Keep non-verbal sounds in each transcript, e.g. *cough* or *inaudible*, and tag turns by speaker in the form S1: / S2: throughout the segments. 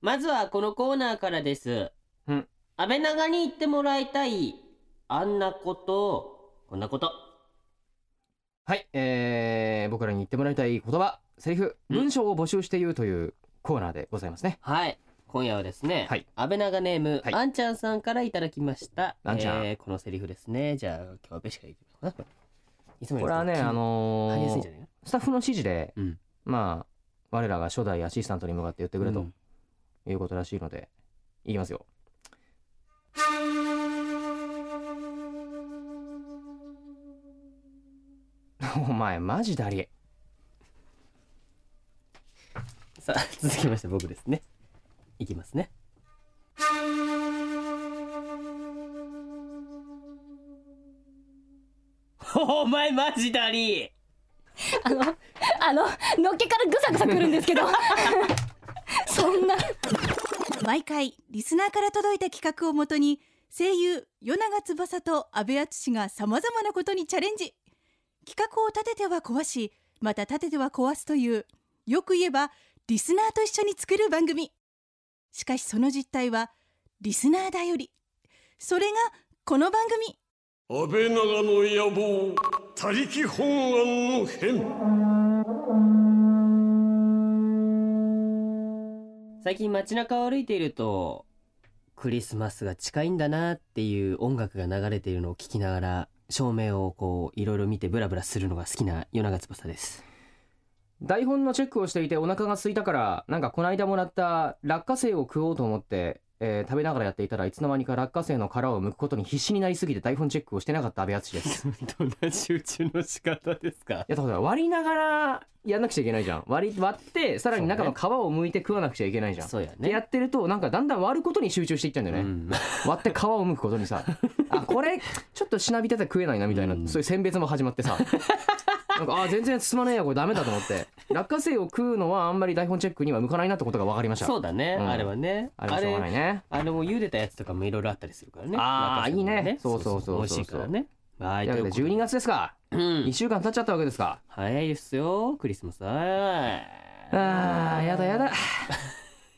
S1: まずはこのコーナーからです。
S2: うん。
S1: 安倍長に言ってもらいたい、あんなこと、こんなこと。
S2: はい、えー、僕らに言ってもらいたい言葉、セリフ、
S1: うん
S2: 文章を募集しているというコーナーでございますね。
S1: はい。今夜はですね、
S2: はい
S1: 安倍長ネーム、
S2: はい
S1: あんちゃんさんからいただきました。
S2: あんちゃん
S1: えーこのセリフですね。じゃあ、今日はべしからいきますか。いつも
S2: こ
S1: より
S2: れはね、あ、の
S1: 入りやすいんじゃ
S2: ー、
S1: ないの
S2: スタッフの指示で、
S1: うん
S2: まあ、我らが初代アシスタントに向かって言ってくれ
S1: う
S2: と
S1: ん
S2: いうことらしいので、いきますよ。 *laughs* お前、マジだり。
S1: さあ、 *laughs* 続きまして僕ですね。いきますね。お前マジだり
S3: あの、あの、のっけからぐさぐさくるんです
S1: *laughs*
S3: けど。そんな。
S4: 毎回リスナーから届いた企画をもとに声優与永翼と阿部淳がさまざまなことにチャレンジ企画を立てては壊しまた立てては壊すというよく言えばリスナーと一緒に作る番組しかしその実態はリスナーだよりそれがこの番組
S5: 安倍長の野望他力本願の変
S1: 最近街中を歩いていると、クリスマスが近いんだなっていう音楽が流れているのを聞きながら、照明をこう、いろいろ見てブラブラするのが好きな夜長翼です。
S2: 台本のチェックをしていてお腹が空いたからなんかこの間もらった落花生を食おうと思って、えー食べながらやっていたらいつの間にか落花生の殻を剥くことに必死になりすぎて台本チェックをしてなかった阿部淳
S1: *laughs*
S2: です。
S1: *laughs* どんな集中の仕方ですか
S2: やったことない割りながらやんなくちゃいけないじゃん割り割ってさらに中の皮を剥いて食わなくちゃいけないじゃん。
S1: そうや
S2: でや
S1: ね。
S2: ってるとなんかだんだん割ることに集中していっちゃうんだよね、
S1: うん
S2: 割って皮を剥くことにさあこれちょっとしなびてて食えないなみたいな、
S1: うん
S2: そういう選別も始まってさなんかあ全然進まねえやこれダメだと思って落花生を食うのはあんまり台本チェックには向かないなってことが分かりまし
S1: *laughs*
S2: た
S1: そうだね、
S2: うん
S1: あれはね。
S2: あれはしょうがないね
S1: あれも茹でたやつとかもいろいろあったりするからね。
S2: あー
S1: 中身も
S2: いいねそうそうそうそう
S1: 美味しいからね。は
S2: と
S1: い。
S2: いうわけで
S1: という
S2: 12
S1: こ
S2: 月ですか、
S1: とで。う
S2: 一1
S1: ん。
S2: 週間経っちゃったわけですか
S1: 早いですよ、クリスマス。は
S2: あーやだやだ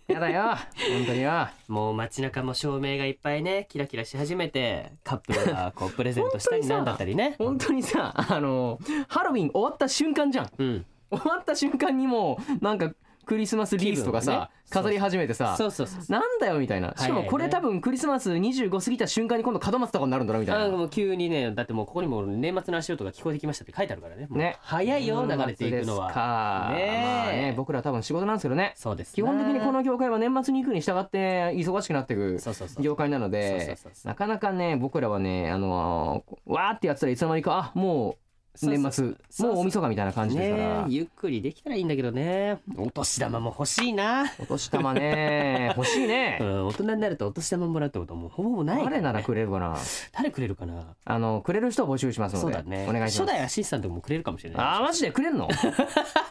S2: やだよ本当によ
S1: いもう街中も照明がいっぱいね、キラキラし始めて、カップルがこうプレゼントしたり
S2: 本当にさ
S1: なんだったりね。
S2: *laughs* 本当にさあのハロウィン終わった瞬間じゃん
S1: うん。
S2: 終わった瞬間にもうなんかクリスマスリースとか
S1: 気分を
S2: さ、
S1: ね
S2: 飾り始めてさ
S1: そうそうそう。
S2: なんだよみたいなしかもこれ
S1: 早
S2: 多
S1: いね
S2: 分クリスマス25過ぎた瞬間に今度門松とかになるんだろうみた
S1: あ
S2: い
S1: ー
S2: な
S1: もう急にねだってもうここにも年末の足音が聞こえてきましたって書いてあるからねもう
S2: ね
S1: 早いよ流れていくの
S2: 年末です
S1: は
S2: か
S1: ねえ
S2: まあね僕ら多分仕事なんですけどね
S1: そうですな
S2: 基本的にこの業界は年末に行くに従って忙しくなっていく
S1: そうそうそう
S2: 業界なの
S1: そう
S2: で
S1: そうそうそう
S2: なかなかね僕らはねあのーわーってやってたらいつの間にかあもう
S1: そうそう
S2: 年末
S1: そう
S2: もう大晦日みたいな感じですか
S1: ね
S2: ら、
S1: ゆっくりできたらいいんだけどねお年玉も欲しいな、
S2: お年玉ね欲しいね
S1: *laughs* う、ん、大人になるとお年玉もらうってこともほぼほぼないからね、
S2: 誰ならくれるかな
S1: 誰くれるかな
S2: あのくれる人を募集しますので
S1: そうだね
S2: お願いし
S1: 初
S2: ます
S1: 代アシスタントもくれるかもしれない
S2: あーマジで
S1: *laughs*
S2: くれんの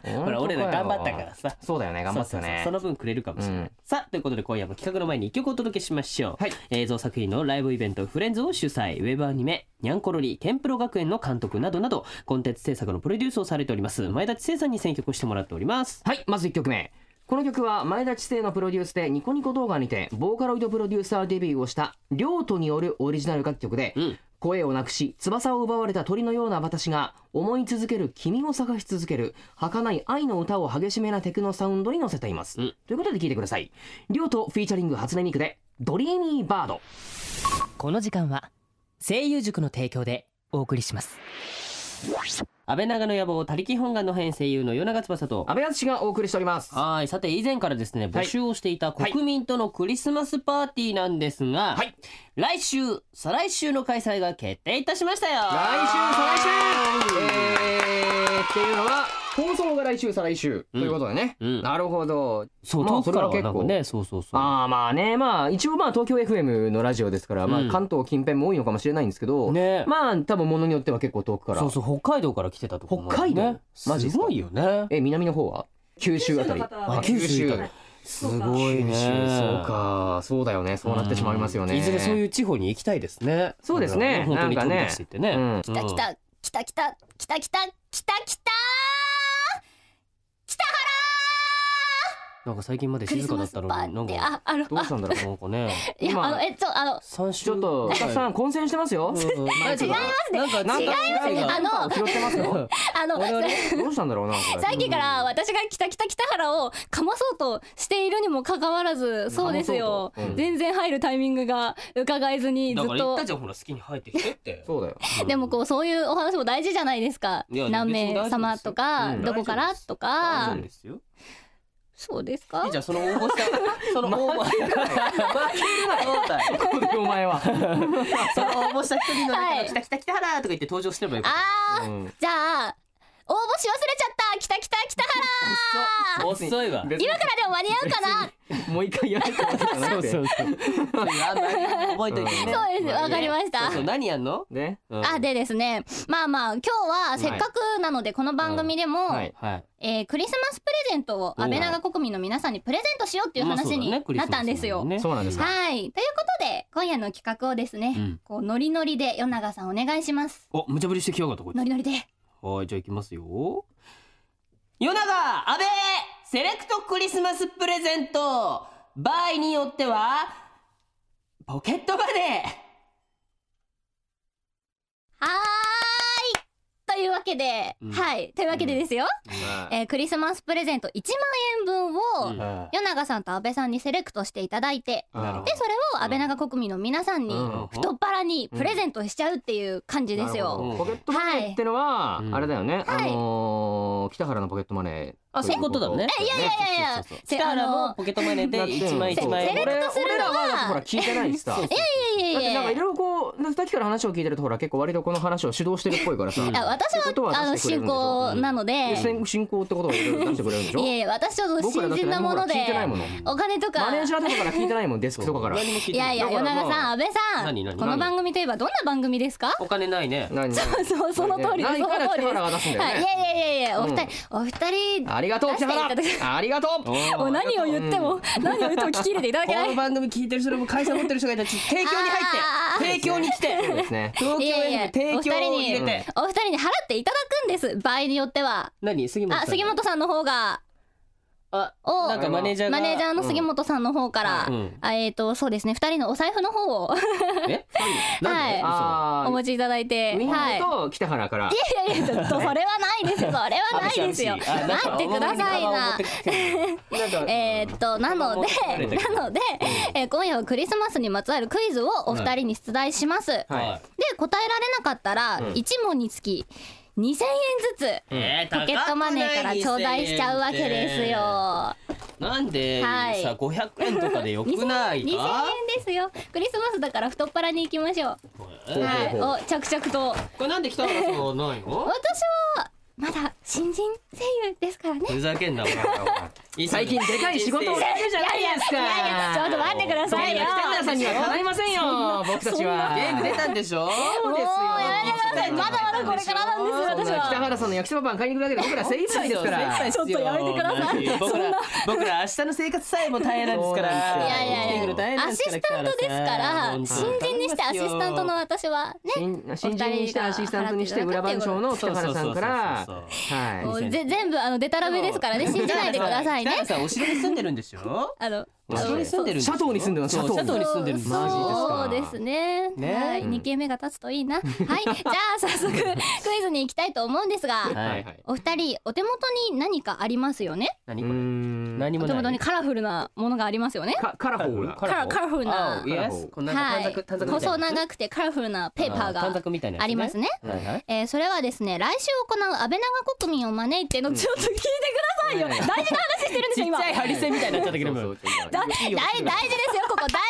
S2: ほ
S1: ほら俺ら頑張ったからさ
S2: そうだよね頑張った
S1: そうそうそう
S2: ね
S1: その分くれるかもしれない、
S2: うん
S1: さあということで今夜も企画の前に一曲お届けしましょう、
S2: はい
S1: 映像作品のライブイベントフレンズを主催ウェブアニメニャンコロリケンプロ学園の監督などなどコンテンツ制作のプロデュースをされております前田知世さんに選曲をしてもらっております
S2: はいまず1曲目この曲は前田知世のプロデュースでニコニコ動画にてボーカロイドプロデューサーデビューをした亮斗によるオリジナル楽曲で、
S1: うん
S2: 声をなくし翼を奪われた鳥のような私が思い続ける君を探し続ける儚い愛の歌を激しめなテクノサウンドに乗せています、
S1: うん
S2: ということで聴いてください亮斗フィーチャリング初音ミクで「ドリーミーバード」
S6: この時間は声優塾の提供でお送りします
S1: 安倍長の野望他力本願の編声優の与永翼と
S2: 安倍淳がお送りしております
S1: はいさて以前からですね募集をしていた
S2: はい
S1: 国民とのクリスマスパーティーなんですが、
S2: はい
S1: 来週再来週の開催が決定いたしましたよ
S2: 来週再来週えー、っていうのは放送が来週再来週ということでね、
S1: うんうん
S2: なるほど
S1: そう
S2: まあ
S1: 遠くからは
S2: それ
S1: なん
S2: は
S1: か
S2: 結構
S1: ねそうそうそう
S2: ああまあねまあ一応まあ東京 FM のラジオですから、ま
S1: うん
S2: あ関東近辺も多いのかもしれないんですけど、
S1: ね
S2: まあ多分ものによっては結構遠くから
S1: そうそう北海道から来てたとこもあるね
S2: 北海道マジですすか
S1: ごいよね
S2: え南の方は九州あたり
S1: あ九州いたねすごい
S2: 九
S1: ね
S2: 州そうかそうだよねそうなってしまいますよね、
S1: いずれそういうう地方に行きたいですね
S2: そうですね
S1: 本当に
S2: なんか
S1: 飛
S2: ね
S1: び出していってね
S2: うん
S1: 来
S3: 来た来た、来た来た、来た来た、来た来た。
S1: なんか最近まで
S3: クリ
S1: 静
S3: ス
S1: かだ
S3: マ
S1: っ
S3: ス
S1: た
S3: パ
S1: のにな
S3: ー
S1: ん
S3: って
S1: か
S3: ああの
S2: どうし
S1: *laughs*
S2: たんだろう
S1: なんかね
S2: *laughs*
S3: いや
S2: 今
S3: あのえちょあの
S1: 三週
S2: ちょ
S1: *laughs*
S2: っとお客さん混戦してますよ
S1: うん
S2: *laughs* 違いますね
S1: なんか
S2: なんか
S1: 違います
S3: あの
S2: なんか拾ってますよ
S3: あの
S1: 我々
S2: どうしたんだろうなこれ
S3: さっきから私が「北北北原」をかまそうとしているにもかかわらずそうですよ
S2: かまそうとうん
S3: 全然入るタイミングが伺えずにず
S1: だ
S3: っ
S1: から言っ
S3: と
S1: たじゃんほら好きに入ってきてって
S2: そうだよ *laughs*
S3: でもこうそういうお話も大事じゃないですか
S1: いや
S3: 何名様とか
S1: 別に大丈夫ですようん
S3: どこからとか
S1: 大丈夫ですよ
S3: そうですか
S1: いいじゃんその応募したその応募負けるな
S2: 今度お前
S3: *laughs*
S2: は
S1: その応募した一人の中
S3: は
S1: の
S3: い
S1: 来た来た来たらとか言って登場してればよかっ
S3: あー
S2: うん
S3: じゃあ応募し忘れちゃった北北北原
S1: た遅いわ
S2: 別に
S3: 今からでも間に合うか
S1: *laughs*
S3: な
S2: もう一回やるってことじゃなくて
S1: あんまり覚えといてね
S3: そうですわかりました
S1: そうそう何やんの
S2: ね
S1: うん
S3: あでですねまあまあ今日はせっかくなのでこの番組でも、
S2: はい
S1: はい
S3: えークリスマスプレゼントを安倍長国民の皆さんにプレゼントしようっていう話になったんですよ。
S2: そうなんですか
S3: はいということで今夜の企画をですね、
S1: うん
S3: こうノリノリで与永さんお願いします。
S1: お無茶ぶりしてきやがったこいつ
S3: ノリノリで
S1: はい、じゃあ行きますよ。夜長安倍セレクトクリスマスプレゼント場合によっては、ポケットマネ
S3: はーいというわけで、
S1: うん
S3: はいというわけでですよ、
S2: ま
S3: えークリスマスプレゼント1万円分を、
S1: うん
S2: あ
S3: 与永さんと安倍さんにセレクトしていただいて
S1: なるほど
S3: でそれを安倍長国民の皆さんに
S2: うん
S3: 太っ腹にプレゼントしちゃうっていう感じです
S2: なる
S3: よ。
S2: ほどポケットマネーってのは、
S1: はい
S2: あれだよね、
S3: はい
S2: あのー北原のポケットマネー
S1: あそういうことだね
S2: ということだよ
S3: いやいやいや
S1: そうそうそう
S3: せ
S1: だか
S3: あ
S1: ら
S3: の
S1: もうポケットマネーで1枚1枚
S3: セレクトするのは
S2: 俺俺らはだってほら聞いてないしさ
S1: そうそうそう
S3: いや
S2: だっ
S3: いや
S2: て
S3: い
S2: なんか
S3: や
S2: いろいろこうさっきから話を聞いてるとほら結構割とこの話を主導してるっぽいからさ
S1: うん
S3: あ私
S2: そういうこと
S3: は
S2: は
S3: あの
S2: 出してくれるん
S3: 進
S2: でしょ
S3: 行なので、
S2: で進行ってことをいろいろ出してくれるんでしょ
S3: いやいや私ちょっと
S2: 僕らだっ
S3: 新
S2: て
S3: 人な
S2: 何も
S3: も
S2: ほら
S3: ので
S2: 聞いてないもの
S3: お金とか
S2: マネージャーとかから聞いてないもんデスクとかから
S1: 何も聞い
S3: い
S1: てな
S3: や
S1: い
S3: いや
S2: だか
S3: 与
S2: らまあ
S3: 永さん安倍さ
S1: 何
S3: ん
S1: 何
S3: この番組といえばどんな番組ですか
S1: お金ないね。
S2: 何
S3: そうそうその通りです
S2: ない
S3: その
S2: から
S3: 通り
S2: 北
S3: です
S2: 原が出すんだ
S3: はい、い
S2: よね
S3: やいやいやいやお二人、お二人
S2: ありがとう北
S3: 出していた
S2: 原ありがとう
S3: もう何を言っても、何を言っても聞き入れていただけない
S1: この番組聞いてる人でも会社持ってる人がいたらちょっと提供に
S3: あ
S1: 入って提供に来て
S2: そうですね
S1: 東京
S3: いやいや
S1: へ提供を入れ
S3: お二人に
S1: て
S3: お二人に払っていただくんです場合によっては
S1: 何杉本さん
S3: あ杉本さんの方が
S1: あ
S3: を
S1: なんかマネージャーが
S3: マネージャーの杉本さんの方から、
S1: うん
S3: あえっ、とそうですね二人のお財布の方を *laughs*
S1: え二人なんで
S3: はい
S1: 嘘
S2: あ
S3: お
S2: ー
S3: 持ちいただいて
S2: みん
S3: は
S2: ないと北原から
S3: いやいやちょっとそれはない
S1: *laughs*
S3: ですよそれはないですよ
S1: あなんか
S3: 待ってくださいな
S2: なんか
S3: えーっとなのでなので、えー今夜はクリスマスにまつわるクイズをお二人に出題します、
S1: は
S3: で答えられなかったら
S2: うん
S3: 一問につき2000円ずつ
S1: い、 *laughs* え
S3: ポケットマネーから頂戴しちゃうわけですよ。
S1: なんで、
S3: はい
S1: さ500円とかでよ
S3: 2000
S1: くない
S3: 2000
S1: か
S3: 円ですよ。クリスマスだから太っ腹に行きましょう。はい。お着々と。
S1: これなんで来たのそうないの
S3: 私はまだ新人声優ですからね。
S1: ふざけんなお前
S2: 最近でかい仕事をしてるじゃないですか
S3: いやいやちょっと待ってくださいよ。
S2: 北原さんにはかないませんよ僕たちは
S1: ゲーム出たんでしょ
S3: もうやめてください。まだまだこれからなんです
S2: 北
S3: よ私は。
S2: 原さんの焼きそばパン買いに行くだけで僕ら精一杯ですから
S1: ちょっとやめてください僕ら僕ら明日の生活さえも大変なんですから
S2: そうなん
S3: いやい
S1: 生きてい
S3: や
S1: くの大
S3: い
S1: 変
S3: や。
S1: なん
S3: ア
S1: です
S3: シ
S1: から
S3: スタントですから
S1: 北原
S3: 新
S1: さん
S3: 人にしてアシスタントの私はね。
S2: 新新人にしてアシスタントにして裏番長の北原さんから
S1: そうそうそう
S3: も
S2: は
S3: うぜ全部あのデタラメですからね信じないでください
S1: 北
S3: ね
S1: 原。さんお城に住んでるんでしょ
S3: あの
S1: お城に住んでるんでしょ
S2: シャトーに住んでます
S1: そう
S2: シャト
S1: シャトー
S2: ー
S1: に住んでるんですよ
S2: マジですか
S3: そうですね。
S1: ね
S3: はい、二軒目が立つとい
S1: *laughs*
S3: いな。はい、じゃあ早速クイズに行きたいと思うんです
S2: い
S3: が、
S1: は
S2: はい
S1: い
S2: はい
S3: お二人お手元に何かありますよね。
S1: 何
S2: うー
S1: これ
S2: ん
S1: 何
S3: お
S1: も
S3: 手
S1: ない
S3: 元にカラフルなものがありますよね。
S2: かカラフルな
S1: カラフル
S3: カラフルな
S1: Oh, yes. こんな
S3: は
S1: 短
S3: い
S1: 冊短冊みたいな
S3: 細長くてカラフルなペーパー
S1: あ短
S3: が
S1: 冊みたいなやつ
S3: ありますね。
S1: はい
S3: *laughs*
S1: はい
S3: えーそれはですね来週行う安倍長国民を招いてのちょっと
S1: *laughs*
S3: 聞いてくださいよ、
S2: うん
S3: 大事な話してるんです
S1: ち
S3: よ
S1: っ
S3: 今
S1: ちゃいハリセンみたいになっちゃったけど
S2: そ
S1: も
S2: うそうそう
S3: だ大大事ですよここ大事ですっ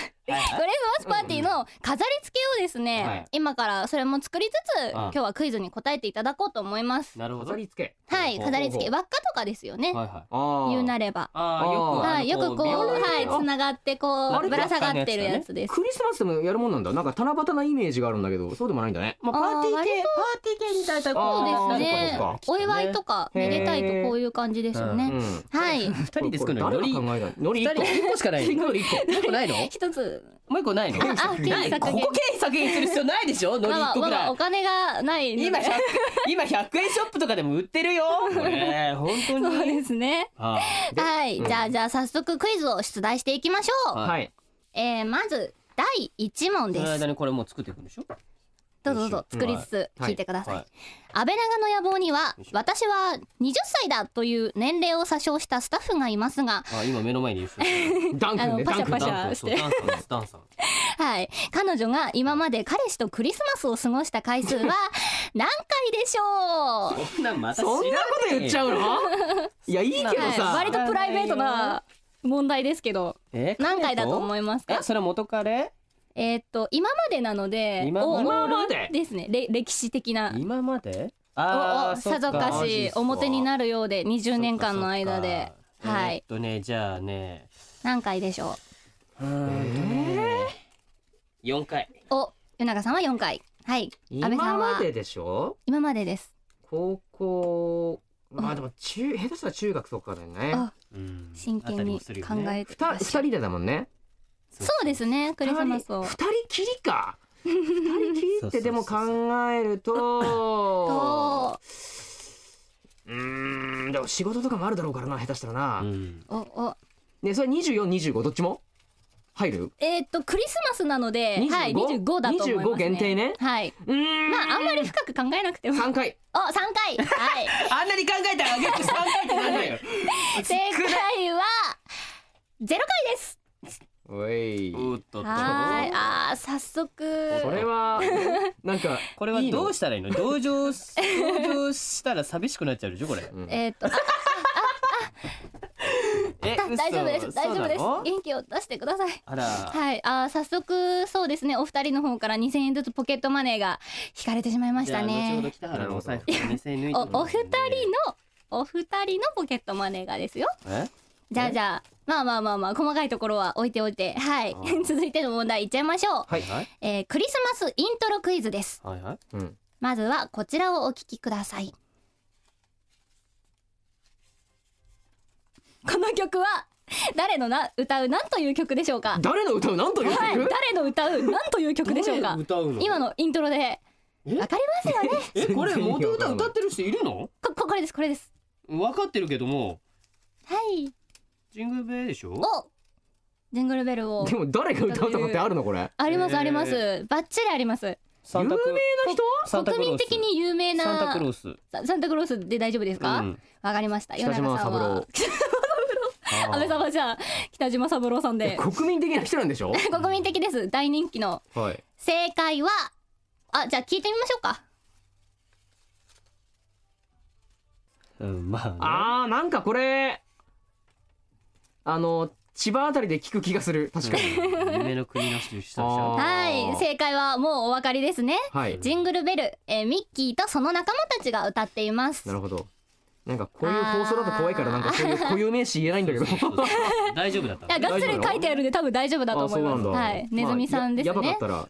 S3: てクリスマスパーティーの飾り付けをですね、
S1: はい
S3: 今からそれも作りつつ
S1: あ
S3: 今日はクイズに答えていただこうと思います
S1: なるほど
S2: 飾
S1: はい
S2: り付け
S3: はい
S1: ほう
S3: 飾り付け
S2: ほ
S3: 輪っかとかですよね
S1: はい
S2: あー
S3: 言うなれば
S1: あ
S2: ー
S1: あ
S3: はいよくこうはいつ
S1: な
S3: ながってこ
S1: あ
S3: う
S1: れ
S3: ぶら下がってるやつです
S2: クリスマスでもやるもんなんだなんか七夕なイメージがあるんだけどそうでもないんだね
S1: まあパーティー系パーティー系に大体こ
S3: そうです
S2: あー
S3: ね
S2: そうか
S3: お祝いとかめでたいとこういう感じですよ
S2: う
S3: ね
S2: ん
S3: は
S1: *laughs*
S3: い
S1: 二人で作るの
S2: こ
S1: よ
S2: れ
S1: り
S2: 誰が考えたの海苔
S1: 二人一個しかない
S2: 一個一個
S1: 一個ないの
S3: 一つ
S1: もう一個ないの
S3: あ経費
S1: ない
S3: 削
S1: こ
S3: 減
S1: こ経費削減する必要ないでしょのり
S3: ま
S1: 1
S3: あ
S1: 個
S3: ま
S1: く
S3: あま
S1: ら
S3: あ
S1: い
S3: お金がないので
S1: 今 100, 今100円ショップとかでも売ってるよ *laughs* これ本当に
S3: そうですね
S1: はい
S3: はいじゃあじゃあ早速クイズを出題していきましょう
S1: はい
S2: はい。
S3: えーまず第1問
S1: そ
S3: で
S1: の
S3: す
S1: 間にこれもう作っていくんでしょ
S3: どうぞどうぞ
S1: うん
S3: 作りつつ
S2: はい
S3: 聞いてください、
S1: はい
S3: 安倍長の野望には
S1: よいしょ
S3: 私は20歳だという年齢を詐称したスタッフがいますが
S1: あ今目の前にいる人 *laughs*
S2: ダン君ね、
S3: あのパシ
S2: ダン
S3: ャパ
S2: 君
S3: シ
S2: ダン
S3: ャ
S1: そうダンさんですダン *laughs* さん
S3: はい彼女が今まで彼氏とクリスマスを過ごした回数は何回でしょう
S1: そんなんまた知ら
S2: そんな
S1: ね
S2: こと
S1: え
S2: 言っちゃうのいや、いいけど
S3: は
S2: さ。
S3: い、割とプライベートな問題ですけど
S1: え
S3: 何回だと思います
S1: え
S3: か
S1: それ元彼
S3: えーっと今までなので
S1: 今まで
S2: 今まで
S3: ですねれ歴史的な
S1: 今まで
S3: おお
S1: そっ
S3: さぞかし表になるようで20年間の間で
S1: そっかそっか
S3: はい
S1: えーっとねじゃあね
S3: 何回でしょ
S1: うーん4回
S3: うお与永さんは4回はい安倍さ
S2: 今
S3: ん
S2: ま
S3: は
S2: ででしょ
S3: 今までです
S2: 高校、まあでも中、下手したら中学とかだよね。
S3: あ
S1: うん
S3: 真剣に考えて
S2: ふた二人でだもんね。
S3: そうですねクリスマスを
S2: 二人二人きりか。二人きり
S1: そうそうそうそ
S2: っ
S1: う
S2: てでも考え
S3: *laughs*
S2: ると
S3: と。
S2: うーん、でも仕事とかもあるだろうからな、下手したらな。
S1: うん
S3: おお
S2: ね、それ二十四、二十五、どっちも。入る。
S3: えーっとクリスマスなので
S2: 25
S3: はい25だと思いますね
S2: 25限定ね
S3: はいまああんまり深く考えなくてもお3
S2: 三回。
S3: 回はい
S1: あんなに考えたらあげて3回ってなんだよ
S3: 正解は0回です
S2: おい。
S1: うっとっと
S3: はいあー早
S2: そ
S3: 速
S2: れ
S3: *laughs*
S2: は。なんか。
S1: これはい
S2: いの
S1: どうしたらいいの同情す同情したら寂しくなっちゃうでしょこれ
S3: えーっとあ
S1: え嘘
S3: *laughs* 大丈夫です大丈夫です
S1: そうなの
S3: 元気を出してください
S1: あら
S3: はい、あー早速そうですねお二人の方から2,000円ずつポケットマネーが引かれてしまいました
S1: じゃあ後ほど
S3: ね。
S1: 北原のお財布から2000円抜いて
S3: お
S1: もらう
S3: お二人のお二人のポケットマネーがですよ。
S1: え
S3: じゃあじゃあまあまあまあまあ細かいところは置いておいてはい *laughs* 続いての問題いっちゃいましょう、
S1: はいはい
S3: えークリスマスイントロクイズです。
S1: はいはい
S2: うん。
S3: まずはこちらをお聞きください。この曲は誰のな歌うなんという曲でしょうか。
S2: 誰の歌う、なんという
S3: はい、
S2: 曲。
S3: 誰の歌うなんという曲でしょうか
S1: 誰。歌うの
S3: 今のイントロで
S1: え
S3: わかりま
S1: *laughs*
S3: すよね
S1: えこれ元歌歌ってる人いるの
S3: こここれですこれです
S1: 分かってるけども
S3: はい
S1: ジングルベルでしょ
S3: おジングルベルを
S2: でも、誰が歌うとかってあるの、これ。
S3: ありま
S1: え
S3: す
S1: ー
S3: ありますバッチリあります
S1: 有名な人
S3: 国民的に有名な
S1: サンタクロース
S3: ササンタクロースで大丈夫ですか
S1: う
S3: わ、
S1: ん
S3: かりました
S2: 北島三郎。
S1: あー
S3: 安倍さんはじゃあ北島三郎さんで
S2: 国民的な人なんでしょ
S3: 国民的です大人気の
S2: はい。
S3: 正解はあじゃあ聞いてみましょうか
S1: うんまあね
S2: あー、なんかこれ。あの、千葉あたりで聞く気がする。確かに。
S1: 夢の国の人したでしょ
S2: あー
S3: はい正解はもうお分かりですね
S2: はい。
S3: ジングルベル、えーミッキーとその仲間たちが歌っています
S2: なるほど。なんか、こういう放送だと怖いから、なんか、そういう固有名詞言えないんだけど。
S3: *laughs*
S1: 大丈夫だった
S3: いや
S1: の
S3: がっつり書いてあるんで多分大丈夫だと
S2: あ、
S3: 思
S2: そ
S3: いう
S2: な
S3: ま
S2: ん
S3: す。
S2: だ。
S3: はい、ネズミさんです
S2: まあや
S3: ね
S2: や。ばかっ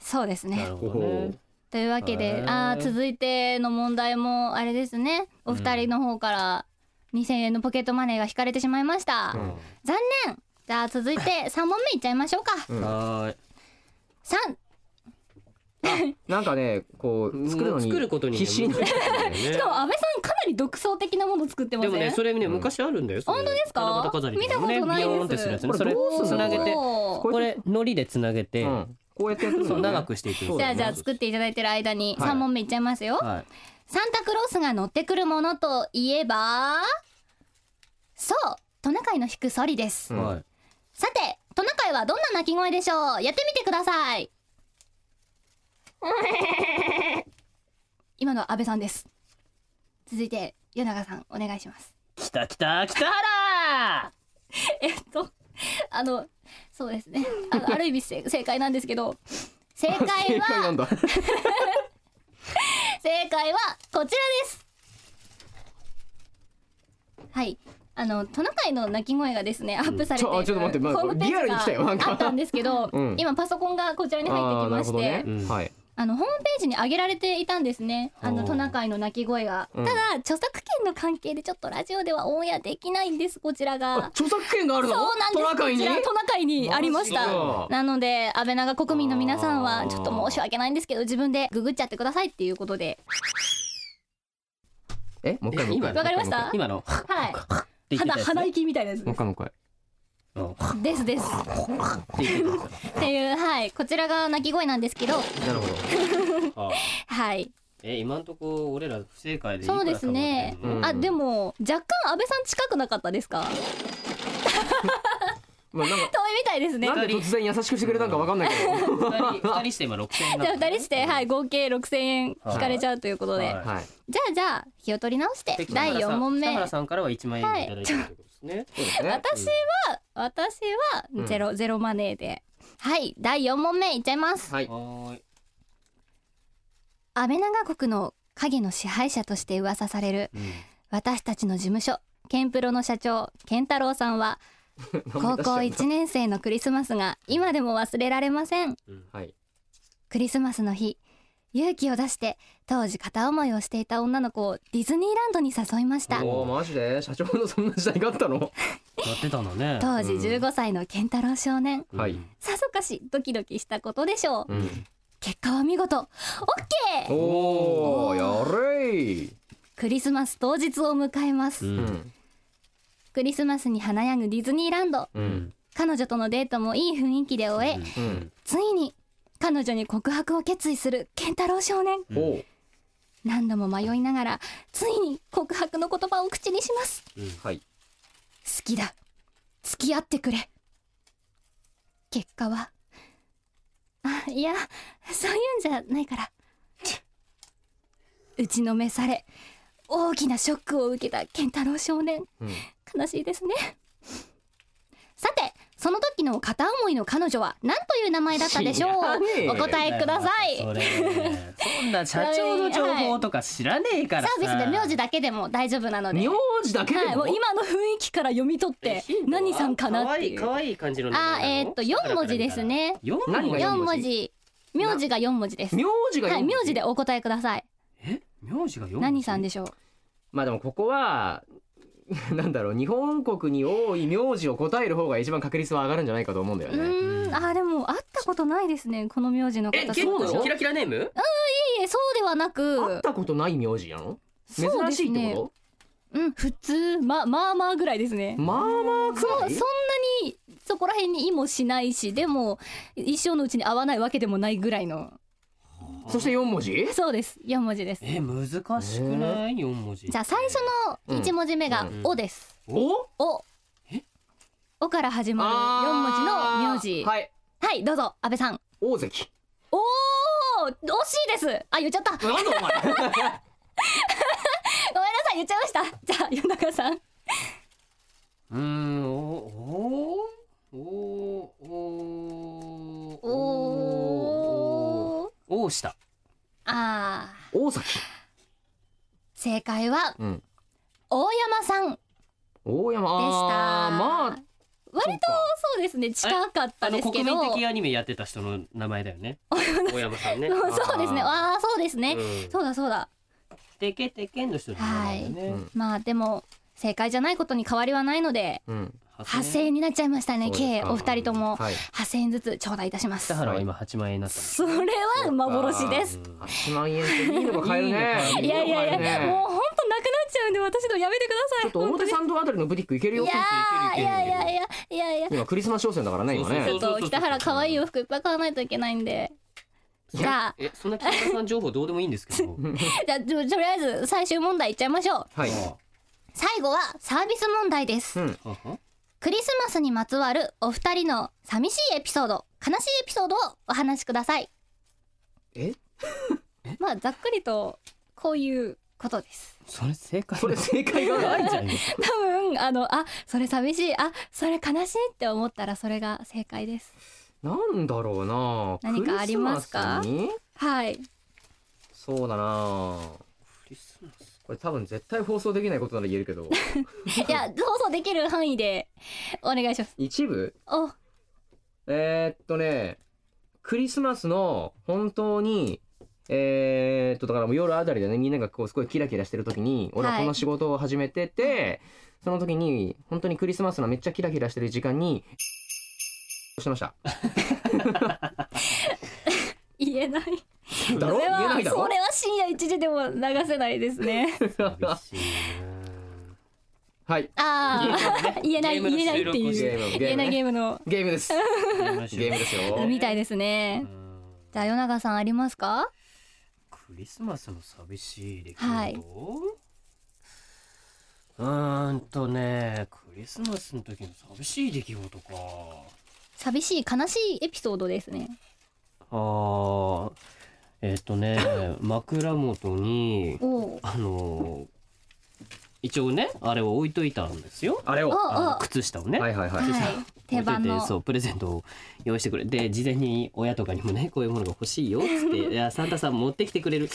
S3: そうです
S1: な
S3: ね。
S1: る
S2: たら。
S1: ほど
S2: お
S1: ね
S2: お。
S3: というわけ
S1: へ
S3: で、
S1: ー
S3: あー続いての問題もあれですね。お二人の方から2000円のポケットマネーが引かれてしまいました。
S2: うん
S3: 残念。じゃあ続い
S1: *laughs*
S3: て3問目いっちゃいましょうか。
S2: うん
S1: はーい
S3: 三
S2: なんかね、こう作るのに
S1: 作ることにね
S2: 必死にな
S1: 向
S2: *laughs* る
S1: いてたんだよね
S3: しかも安倍さんかなり独創的なもの作ってま
S1: で
S3: せん。
S1: もねそれね昔あるんだよそれ
S3: 本当ですか
S1: 七夕飾り
S3: 見たこと
S1: ね
S3: ないです
S1: ビヨーンってするやつね
S2: これ
S1: それ
S2: どう
S1: つ
S2: すんの
S1: なげて
S3: おー
S1: これのりでつなげて
S2: うんこうやってやってる
S1: そう
S2: のね
S1: 長くしていく
S2: そう
S3: じ
S2: だ
S3: ゃあ
S2: ね
S3: じゃあ作っていただいてる間に
S2: はい
S3: 3問目いっちゃいますよ。
S1: はい
S3: サンタクロースが乗ってくるものといえばそうトナカイの引くソリです、
S2: うん
S1: はい
S3: さてトナカイはどんな鳴き声でしょうやってみてください今のは安倍さんです続いて与永さんお願いします
S1: きたきたきたは
S3: えっとあのそうですねあ *laughs* のある意味せ正解なんですけど正解
S2: 正解な
S3: は
S2: んだ。
S3: 正解はこちらですはいあのトナカイの鳴き声がですねアップされている
S2: ちょあちょっと待ってまあ
S3: ホームペ
S2: リアルに来たよな
S3: ー
S2: ん
S3: ジが
S2: か
S3: あったんですけ
S2: *laughs*
S3: ど、
S2: うん
S3: 今パソコンがこちらに入ってきまして、
S2: あーなるほどねはい。
S3: あのホームページに上げられていたんですねあ
S2: お
S3: の
S2: ー
S3: トナカイの鳴き声が、
S2: うん
S3: ただ著作権の関係でちょっとラジオではオンエアできないんですこちらが
S2: 著作権があるの
S3: そうなんです
S2: トナカイに
S3: こちらトナカイにありまし
S2: マジか
S3: たなので安倍長国民の皆さんはちょっと申し訳ないんですけど自分でググっちゃってくださいっていうことで
S2: えもう一回もう一回
S1: わ
S3: かりました
S1: 今のっ
S3: はい
S1: て言って
S3: 肌
S1: たやつ
S3: 鼻息みたいなやつ
S2: もう一
S3: で
S2: 回もう一回
S3: すですです
S1: って言って
S3: っていうはいこちらが鳴き声なんですけど
S1: たなるほどあ
S3: はい
S1: え今んとこ俺ら不正解でいくら
S3: そうですね
S1: かかってんの
S2: うん
S3: あでも若干安倍さん近くなかったですか
S2: まあなんか
S3: 遠いみたいですね
S2: なんで突然優しくしてくれたんかわかんないけ
S3: *laughs*
S2: ど
S1: 二人二人して今6000円
S3: じゃあ2人してはい合計6000円引かれちゃうということで、
S1: はい
S2: はい
S3: じゃあじゃあ気を取り直して
S1: で北原
S3: 第
S1: さん
S3: 4問目
S1: 北原さんからは1万円いただいたということですね
S2: そうですね
S3: 私は私はゼロ、ゼロマネーではい第4問目いっちゃいます
S2: はい
S1: はーい
S3: 安倍長国の影の支配者として噂される私たちの事務所ケンプロの社長健太郎さんは高校1年生のクリスマスが今でも忘れられません
S2: はい
S3: クリスマスの日勇気を出して当時片思いをしていた女の子をディズニーランドに誘いました
S2: おおマジで社長のそんな時代があったの
S1: やってたんだね
S3: 当時15歳の健太郎少年
S1: うん
S2: はい
S3: さぞかしドキドキしたことでしょう、
S2: うん
S3: 結果は見事オッケー
S2: おおやれい
S3: クリスマス当日を迎えます、
S1: うん
S2: うん
S3: クリスマスに華やぐディズニーランド
S2: うん
S3: 彼女とのデートもいい雰囲気で終え、
S1: うん
S2: うん
S3: ついに彼女に告白を決意する健太郎少年
S2: おお
S3: 何度も迷いながらついに告白の言葉を口にします
S2: はい
S3: 好きだ付き合ってくれ結果はあいやそういうんじゃないから打ちのめされ大きなショックを受けた健太郎少年
S2: うん
S3: 悲しいですねさてその時の片思いの彼女は何という名前だったでしょう
S2: 知らねえよ
S3: お答えください
S1: それそんな社長の情報とか知らねえから
S3: サ
S1: さ
S3: ービスで名字だけでも大丈夫なので
S2: 名字だけで
S3: はい、も
S2: も
S3: う今の雰囲気から読み取って何さんかなっていう
S1: 可愛いい感じの名
S3: あー
S1: 前
S3: え
S1: なの
S3: ーっと4文字ですね
S1: 四文
S2: 何が
S1: 字
S3: 4
S2: 四
S3: 文
S2: 文
S3: 字名字が4文字です
S2: 名字が
S3: はい
S2: 四
S3: 名字でお答えください
S1: え名字が四文字
S3: 何さんでしょう
S2: まあでもここは *laughs* なんだろう日本国に多い名字を答える方が一番確率は上がるんじゃないかと思うんだよ
S3: う
S2: ね。
S3: ーんあーでも会ったことないですねこの名字の方
S1: え結
S3: そう
S1: 構
S3: い
S1: キラキラネーム
S3: えいえそうでは
S2: 会っ
S3: なく
S2: たことない名字やの珍
S3: そうです
S2: しいって
S3: ね
S2: こ
S3: うん普通ままあまあぐらいですね
S2: とまあまあく
S3: そそ
S2: ら
S3: んないにそこら辺に意もしないしでも一生のうちに会わないわけでもないぐらいの
S2: そして四文字
S3: そうです4文字です
S1: え難しくない四文字
S3: じゃあ最初の1文字目が
S2: う
S3: 「
S1: ん
S3: お」です
S2: お
S3: お。おから始まる四文字の名字。
S2: あー
S3: はい、
S2: はい
S3: どうぞ、安倍さん。
S2: 大関
S3: おお、惜しいです。あ、言っちゃった。ごめん
S2: な
S3: な
S2: んだお前
S3: さい、言っちゃいました。 *laughs* じゃあ、夜中さん。
S1: うーんおおおお
S3: お
S1: お
S3: お。
S1: おした
S3: ああ、
S2: *laughs* 大崎
S3: 正解は
S2: うん
S3: 大山さんでし
S2: 大山
S3: た。
S2: あーまあ
S3: 割とそうですね、近かっ
S1: あ
S3: た
S1: の
S3: ですけ
S1: 国
S3: ど。
S1: 民
S3: そ
S1: 的アニメやってた人の名前だよね大山さんね
S3: うそうですね、ああ、そうですね。
S1: うん
S3: そうだそうだ。
S1: てけてけんの人の名前だよね
S2: うん
S3: まあでも正解じゃないことに変わりはないので、
S2: うん
S3: 8000円になっちゃいましたね、
S2: そうです
S3: 計
S2: か
S3: お二人とも。
S2: はい
S3: 8000円ずつ頂戴いたします
S1: 北原は今8万円になった
S3: それは幻です
S2: 八万円っていいのが買えるね
S1: い
S3: いやいやいや、
S2: のが買えるね
S3: もう本当なくなっちゃうんで私のやめてください
S2: ちょっと表参道あたりのブティック行けるよ
S3: いやーいやいやいやいやいや
S2: 今クリスマス商戦だからね今
S1: そうそ
S3: ちょ
S1: う
S2: ね
S3: っと北原可愛い洋服いっぱい買わないといけないんでじゃあ
S1: えそんな北原さん情報どうでもいいんですけど
S3: じゃあととりあえず最終問題いっちゃいましょう
S2: はい
S3: 最後はサービス問題です、
S2: うん
S1: はは
S3: クリスマスにまつわるお二人の寂しいエピソード悲しいエピソードをお話しください
S2: え
S3: まあざっくりとこういうことです
S1: それ正解
S2: それ正解がないじゃん
S3: 多分あのあそれ寂しいあそれ悲しいって思ったらそれが正解です
S2: *laughs* なんだろうな
S3: 何かありますか
S2: クリスマスに *laughs*
S3: はい
S2: そうだな
S1: クリスマス
S2: これ多分絶対放送できないことなら言えるけど
S3: いや放送できる範囲でお願いします
S2: 一部
S3: お
S2: えー、っとねクリスマスの本当に、えーっと、だからもう夜あたりでね、みんながこうすごいキラキラしてる時に、俺はこの仕事を始めてて、その時に、本当にクリスマスのめっちゃキラキラしてる時間に、してました。
S3: 言えない
S2: *laughs* だろ
S3: それ
S2: 言え
S3: は
S2: ないだろ
S3: それは深夜1時でも流せないで
S2: *laughs*
S3: すね
S1: 寂しい
S2: はい。
S3: ああ言えない言えないって
S2: ゲ
S3: いう
S2: ーム、ゲ
S3: 言
S2: ー
S3: え
S2: ム
S3: ない
S2: ね、
S3: ゲームの
S2: ゲーム
S3: *laughs*
S2: です。
S1: な
S2: ゲームですよ。
S3: みたいですね
S1: うん
S3: じゃあ夜長さんありますか
S1: クリスマスの寂しい出来
S3: はいう
S1: ーんとねクリスマスの時の寂しい出来事か
S3: 寂しい悲しいエピソードですね
S1: あーえっ、とね
S3: *coughs*
S1: 枕元に
S3: おお
S1: あの一応ねあれを置いといたんですよ
S2: あれを。は
S1: あの
S3: あ
S1: 靴下をね、
S2: いはいは
S3: はい
S2: い。
S3: 定番
S1: 置いとい
S3: の
S1: てそうプレゼントを用意してくれて事前に親とかにもねこういうものが欲しいよっつ
S3: *laughs*
S1: って「いやサンタさん持ってきてくれる」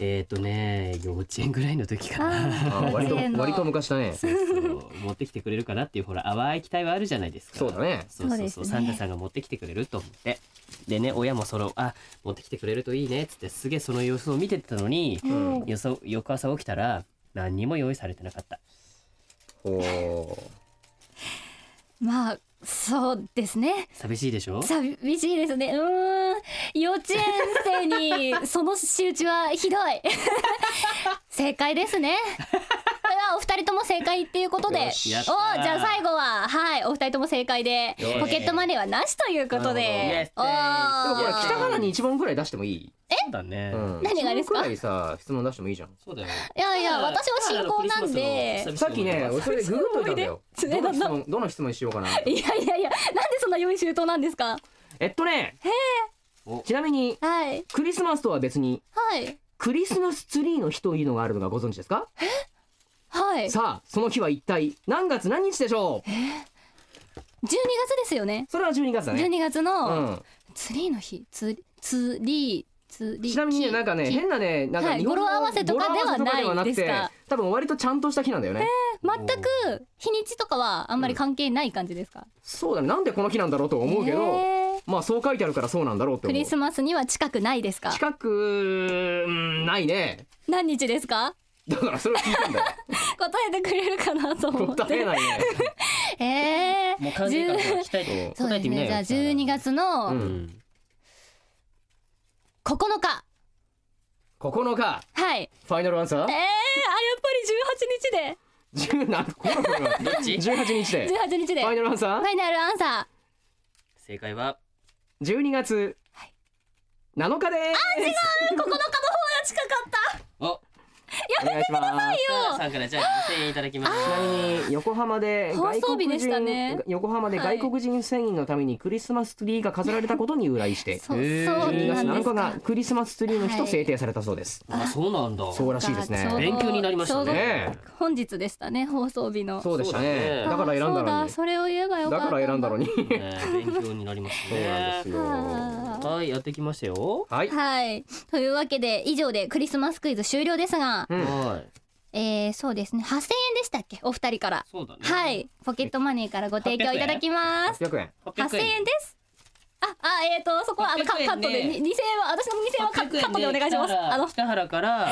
S1: えっ、ー、とね幼稚園ぐらいの時かな
S2: あ割と
S3: *laughs* せー、の
S2: 割と昔だね。
S1: そうそう持ってきてくれるかなっていうほら淡い期待はあるじゃないですか
S2: そうだね。
S1: そうそうそう
S3: そうです
S1: サ
S3: ね
S1: ンタさんが持ってきてくれると思ってでね親もその「あ持ってきてくれるといいね」っつってすげえその様子を見てたのに
S2: うん
S1: よそ翌朝起きたら何にも用意されてなかった
S2: ほ
S3: まあそうですね
S1: 寂しいでしょ
S3: 寂しいですねうーん幼稚園生にその仕打ちはひどい正解ですねこれはお二人とも正解っていうことでお
S2: よ
S3: ー
S2: し
S1: やった
S3: じ
S1: ー
S3: ゃあ最後ははいお二人とも正解で
S2: よし
S3: ポケットマネーはなしということ
S1: なる
S3: でお
S1: ほどイエ
S2: う。でもこれ、北原
S3: ー
S2: に一問ぐらい出してもいい
S1: そうだね、
S2: うん
S3: 何がですか
S2: 一問ぐらいさ、質問出してもいいじゃん。
S1: そうだよ
S3: いやいや私は信仰なんで
S2: さっきね、俺それでググっといたんだよ。
S3: 思い出
S2: どの質問、どの質問しようかな。
S3: いやいやいやなんでそんな用意周到なんですか
S2: えっとね
S1: お、
S2: ちなみに、
S3: はい
S2: クリスマスとは別に、
S3: はい
S2: クリスマスツリーの日というのがあるのがご存知ですか
S3: はい12月
S2: さあ、その日は一体何月何日でしょう
S3: ですよね
S2: それは12月だね。
S3: 12月の、
S2: うん。
S3: ツリーの日ツリツリーツリー
S2: ちなみにねなんかね
S3: 木
S2: 変なねなん
S3: は
S2: か
S3: い
S2: 日本の
S3: 語呂合わせとかではない
S2: 語呂合わせとかでは
S3: です
S2: な
S3: か
S2: くて多分割とちゃんとした日なんだよね
S3: 全く日にちとかはあんまり関係ない感じですか、
S2: そうだねなんでこの日なんだろうと思うけ
S3: へ
S2: ど
S3: ー
S2: まあそう書いてあるからそうなんだろうって
S3: ク
S2: 思
S3: リス
S2: う
S3: マスには近くないですか
S2: 近くうんないね
S3: 何日ですか
S2: だからそれを聞いたんだ
S3: *laughs*
S2: よ
S3: 答えてくれるかなと思って
S2: 答えないね
S3: *laughs* えー
S1: もう完全に期待
S2: 10
S3: そ
S1: 答え
S3: うです
S1: てみな
S3: ね
S1: よ
S3: じゃあ12月
S2: う
S1: う
S3: の
S1: ん
S3: 9日、
S2: 9日
S3: はい
S2: ファイナルアンサ
S3: えー、あやっぱり18日で
S2: ー10なこの子が
S1: どっ
S2: *laughs*
S1: ち
S2: 18日でフ
S3: 18日でフ
S2: ァイナルアンサー
S3: ァイナルアンサ
S1: 正解は
S2: 12月7日です
S3: ー9日の方が近かった
S1: お
S2: お願いします
S1: さあさんからじゃあ2000円いただきます
S2: ちなみに横浜で
S3: 放
S2: 外
S3: 送日
S2: 国
S3: でした
S2: 人、
S3: ね
S2: 横浜で外国人船員のためにクリスマスツリーが飾られたことに由来して
S3: そう、
S1: えー
S3: そう
S2: 12
S3: な
S2: 月
S3: んで
S2: 7日
S3: す
S2: が
S3: か
S2: クリスマスツリーの日と
S3: はい
S2: 制定されたそうです、
S1: あそうなんだ
S2: そうらしいです
S3: そっか
S2: ね
S1: 勉強になりました
S3: ちょうど
S1: ね
S2: ねえ
S3: 本日でしたね放送日の
S2: そうでした
S1: そ
S2: ね
S1: うだね
S2: だから選んだ
S3: あ
S2: の
S3: そうだ
S2: に
S3: それを言えばよか
S2: だ
S3: った
S2: から選んだのにそ
S1: ね勉強になります
S2: うな
S1: ね
S2: んですよ
S3: あー
S1: はいやってきましたよ
S2: はい、
S3: はいというわけで以上でクリスマスクイズ終了ですが、
S2: うん
S1: はい
S3: えー、そうですね8000円でしたっけお二人から
S1: そうだね
S3: はいポケットマネーからご提供いただきます
S2: 800円
S3: 8000円ですああえっ、ー、とそこはあのカ
S1: 800円ね
S3: カットでに2000円は私の2000円はカ
S1: 800
S3: カットでお願いします
S1: 北原
S3: あの
S1: 北原 *laughs* から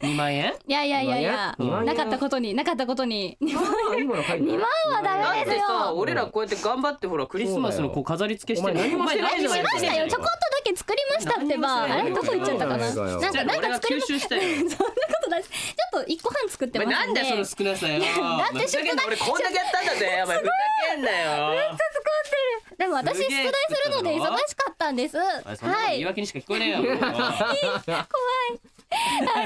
S1: 2万円
S3: いやいやいやいや
S2: 二万円
S3: なかったことになかったことに
S2: あーいいもの書いて
S3: 二万はダメ
S1: だっ
S3: です
S1: て
S3: よ
S1: さ俺らこうやって頑張ってほらクリスマスのこう飾り付けしてる
S2: お前何もしてな
S3: あ
S2: い
S3: し
S2: じゃ
S3: ま
S2: な
S1: 何
S2: い
S1: も
S3: したよちょこっとだけ作りましたってばあ
S1: 何
S3: れ
S1: に
S3: ど
S1: もし
S3: こ
S1: てない
S3: 行っちゃったかな
S2: 何にもして
S3: な
S2: ない
S3: んかな
S1: 俺
S3: んか
S1: が
S3: 作
S1: 吸
S3: りま
S1: 収したよ
S3: そんなことないです。ちょっと一個半作って
S1: お
S3: ま
S1: 前
S3: すん
S1: な
S3: で。
S1: んだその少なさよ
S3: だって
S1: ふ
S3: 宿題
S1: ざけんな俺こんだけやったんだぜお前ふざけんなよ
S3: でも私
S1: す
S3: 宿
S1: げえ
S3: 題するので
S1: 作った
S3: 忙
S1: の
S3: しかったんです。
S1: お前そんなの
S3: は
S1: 言い
S3: い、
S1: 訳にしか聞こえないよもう
S3: は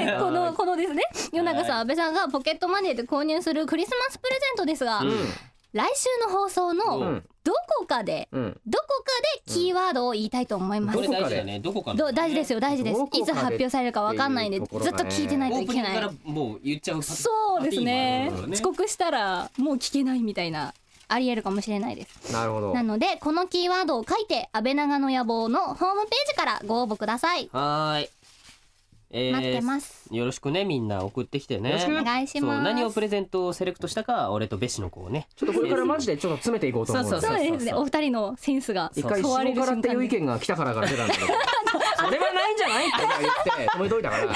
S3: い、このこのですね、夜中さん、安倍さんがポケットマネーで購入するクリスマスプレゼントですが、
S1: うん
S3: 来週の放送
S2: う
S3: の
S2: ん
S3: どこかで
S2: うん
S3: どこかでキーワードを言いたいと思います
S1: これ。大事だねどこか
S3: どう大事です
S1: よ
S3: よ大事です
S2: どこ。かで
S3: いつ発表されるかわかんないんで、
S2: っ
S3: ず
S2: ていうと
S3: っ
S2: ころが
S3: と
S2: ね
S3: 聞いてないと
S1: オー
S3: い
S1: プ
S3: け
S1: ニング
S3: な
S1: か
S3: い
S1: ら。もう言っちゃうパタ
S3: そうですね
S1: パターンもあるから。
S3: 遅刻したらもう聞けないみたいなありえるかもしれないです。
S2: なるほど
S3: なのでこのキーワードを書いて安倍長の野望のホームページからご応募ください
S1: はーいえー
S3: 待ってます。
S1: よろしくねみんな送ってきてね
S2: よろしく
S3: お願いし
S1: そう
S3: ます。
S1: 何をプレゼントをセレクトしたか俺とベシの子をね
S2: ちょっとこれからマジでちょっと詰めていこうと思うんです
S1: そう
S3: そうですね。お二人のセンスが
S2: 一回
S3: 問われ
S2: 塩
S3: る
S2: 辛っ
S3: 瞬
S2: ていう
S3: 間
S2: 意
S3: で。
S2: 見が来たからから出たんだ
S1: *laughs*
S2: けどそれはないんじゃないって言って止めといたから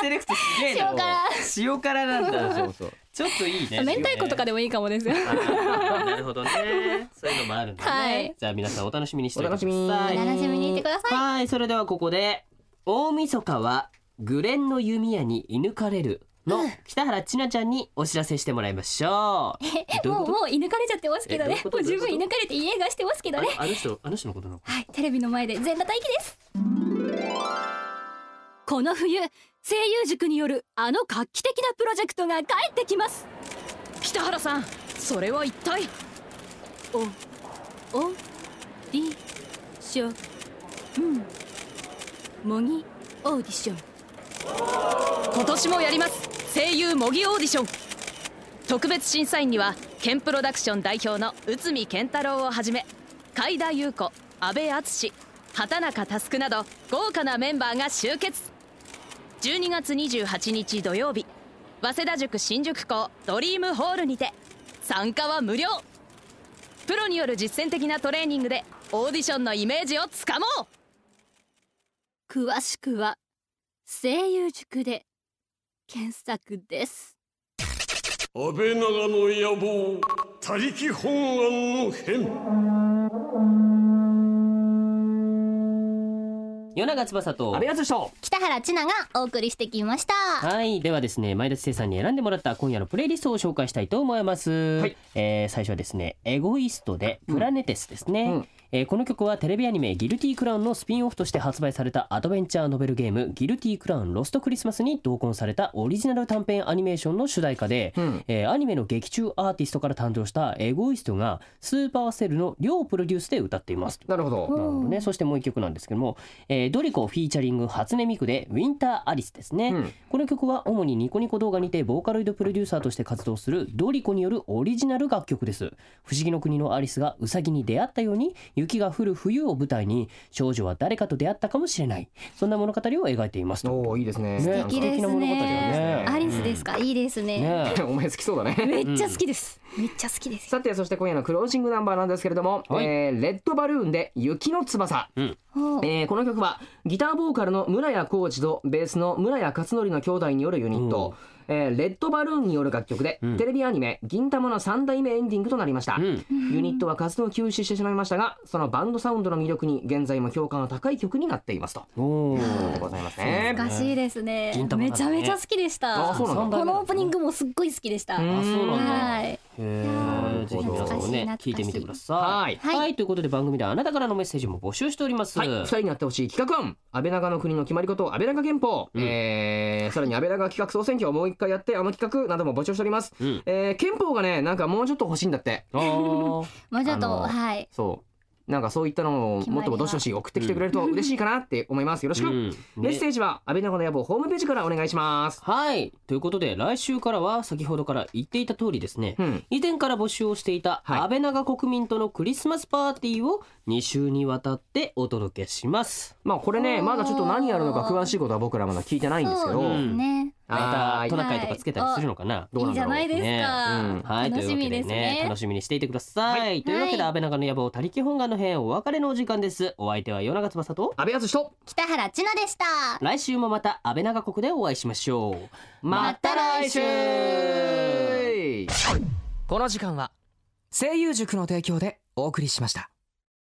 S1: セレクトすげえな
S3: 塩辛
S1: 塩辛なん
S2: そ
S1: だ
S2: うそう
S1: ちょっといいね
S3: 明太子とか
S1: で
S3: でもいいかもですよ。
S1: なるほどねそういうのもあるんだね、
S3: はい
S1: じゃあ皆さんお楽しみにしておいてください
S2: お楽
S3: お楽しみにしてください。
S1: はい、それではここで大晦日はグレンの弓矢に射抜かれるの北原千奈ちゃんにお知らせしてもらいましょう。どういう
S3: *laughs*
S1: こ
S3: もう
S1: と
S3: もう射抜かれちゃってますけどね
S1: えどういうこと
S3: もう十分射抜かれて家がしてますけどね
S1: あのあの人あの人のことなの。
S3: はいテレビの前で全裸待機ですこの冬声優塾によるあの画期的なプロジェクトが帰ってきます
S7: 北原さんそれは一体
S3: おりしょん模擬オーディション
S7: 今年もやります声優模擬オーディション特別審査員にはケンプロダクション代表の内海健太郎をはじめ海田優子阿部淳畑中佑など豪華なメンバーが集結12月28日土曜日早稲田塾新宿校ドリームホールにて参加は無料プロによる実践的なトレーニングでオーディションのイメージをつかもう
S3: 詳しくは声優塾で検索です
S5: 安倍長の野望他力本願の変
S1: 夜長翼と
S2: 阿部淳と
S3: 北原千奈がお送りしてきました
S1: はいではですね前田知世さんに選んでもらった今夜のプレイリストを紹介したいと思います、
S2: はい
S1: えー最初はですね「エゴイスト」で「プラネテス」ですね、
S2: うん
S1: えーこの曲はテレビアニメ「ギルティクラウン」のスピンオフとして発売されたアドベンチャーノベルゲーム「ギルティクラウンロストクリスマス」に同梱されたオリジナル短編アニメーションの主題歌で、
S2: うん
S1: えーアニメの劇中アーティストから誕生した「エゴイスト」がスーパーセルの両プロデュースで歌っています
S2: なるほ
S1: なる
S2: ど
S1: ほどね。そしてもう一曲なんですけども、えードリコフィーチャリング初音ミクでウィンターアリスですね、
S2: うん
S1: この曲は主にニコニコ動画にてボーカロイドプロデューサーとして活動するドリコによるオリジナル楽曲です。不思議の国のアリスがウサギに出会ったように雪が降る冬を舞台に少女は誰かと出会ったかもしれない。そんな物語を描いていますと。
S2: おおいいですね
S1: ね
S3: 素敵です
S1: 素敵
S3: ね
S1: な物語だね。
S3: アリスですか、いいですね
S1: ねえ
S2: なんかお前好きそうだね
S3: めっちゃ好きです、めっちゃ好きです
S2: さてそして今夜のクロージングナンバーなんですけれども、
S1: はい
S2: えーレッドバルーンで雪の翼、
S3: おう
S2: えーこの曲はギターボーカルの村谷浩二とベースの村谷勝則の兄弟によるユニット、えーレッドバルーンによる楽曲で、
S1: うん
S2: テレビアニメ「銀玉」の3代目エンディングとなりました、
S1: うん。
S2: ユニットは活動を休止してしまいましたがそのバンドサウンドの魅力に現在も評価の高い曲になっていますと
S1: お
S2: というこ
S1: ー
S2: とでございますね。
S3: 懐かしいですね
S1: 銀魂
S3: めちゃめちゃ好きでした
S2: あそうなんだ
S3: このオープニングもすっごい好きでした、
S2: うん
S1: あ、そうなんだ。
S3: はい
S1: へーぜひ皆さんもね
S3: 懐かし
S1: 聞
S3: い
S1: いてみてください。
S2: はい
S3: はい
S1: ということで番組ではあなたからのメッセージも募集しております。
S2: はい、二人にやってほしい企画案安倍長の国の決まりこと安倍長憲法、
S1: うん
S2: えーさらに安倍長企画総選挙をもう一回やってあの企画なども募集しております、
S1: うん
S2: えー憲法がねなんかもうちょっと欲しいんだって
S1: あー
S3: もうちょっ
S2: あ
S3: と
S2: の
S3: はい
S2: そうなんかそういったのをもっともどしどし送ってきてくれると嬉しいかなって思いますよろし
S1: *laughs*
S2: く、
S1: うんね
S2: メッセージは安倍長の野望ホームページからお願いします
S1: はいということで来週からは先ほどから言っていた通りですね、
S2: うん
S1: 以前から募集をしていた
S2: はい
S1: 安倍長国民とのクリスマスパーティーを2週にわたってお届けします。
S2: まあこれねまだちょっと何やるのか詳しいことは僕らまだ聞いてないんですけど、
S3: そう
S1: う
S3: ですね、
S1: ま
S2: は
S1: た
S2: い
S1: トナカイとかつけたりするのかな。
S2: どうない
S3: い
S2: ん
S3: じ
S2: だ
S3: ゃ
S2: ろう
S3: ないですか、
S2: ね
S1: はい、
S3: 楽しみで
S1: というわ
S3: す
S1: け
S3: ね
S1: で楽しみにしていてください。というわけで、
S3: はい
S1: 安倍長の野望、他力本願の編、お別れのお時間です。お相手は、与永翼と、
S2: 安倍淳と
S3: 北原千奈でした
S1: 来週もまた安倍長国でお会いしましょう。
S3: また来週
S6: この時間は声優塾の提供でお送りしました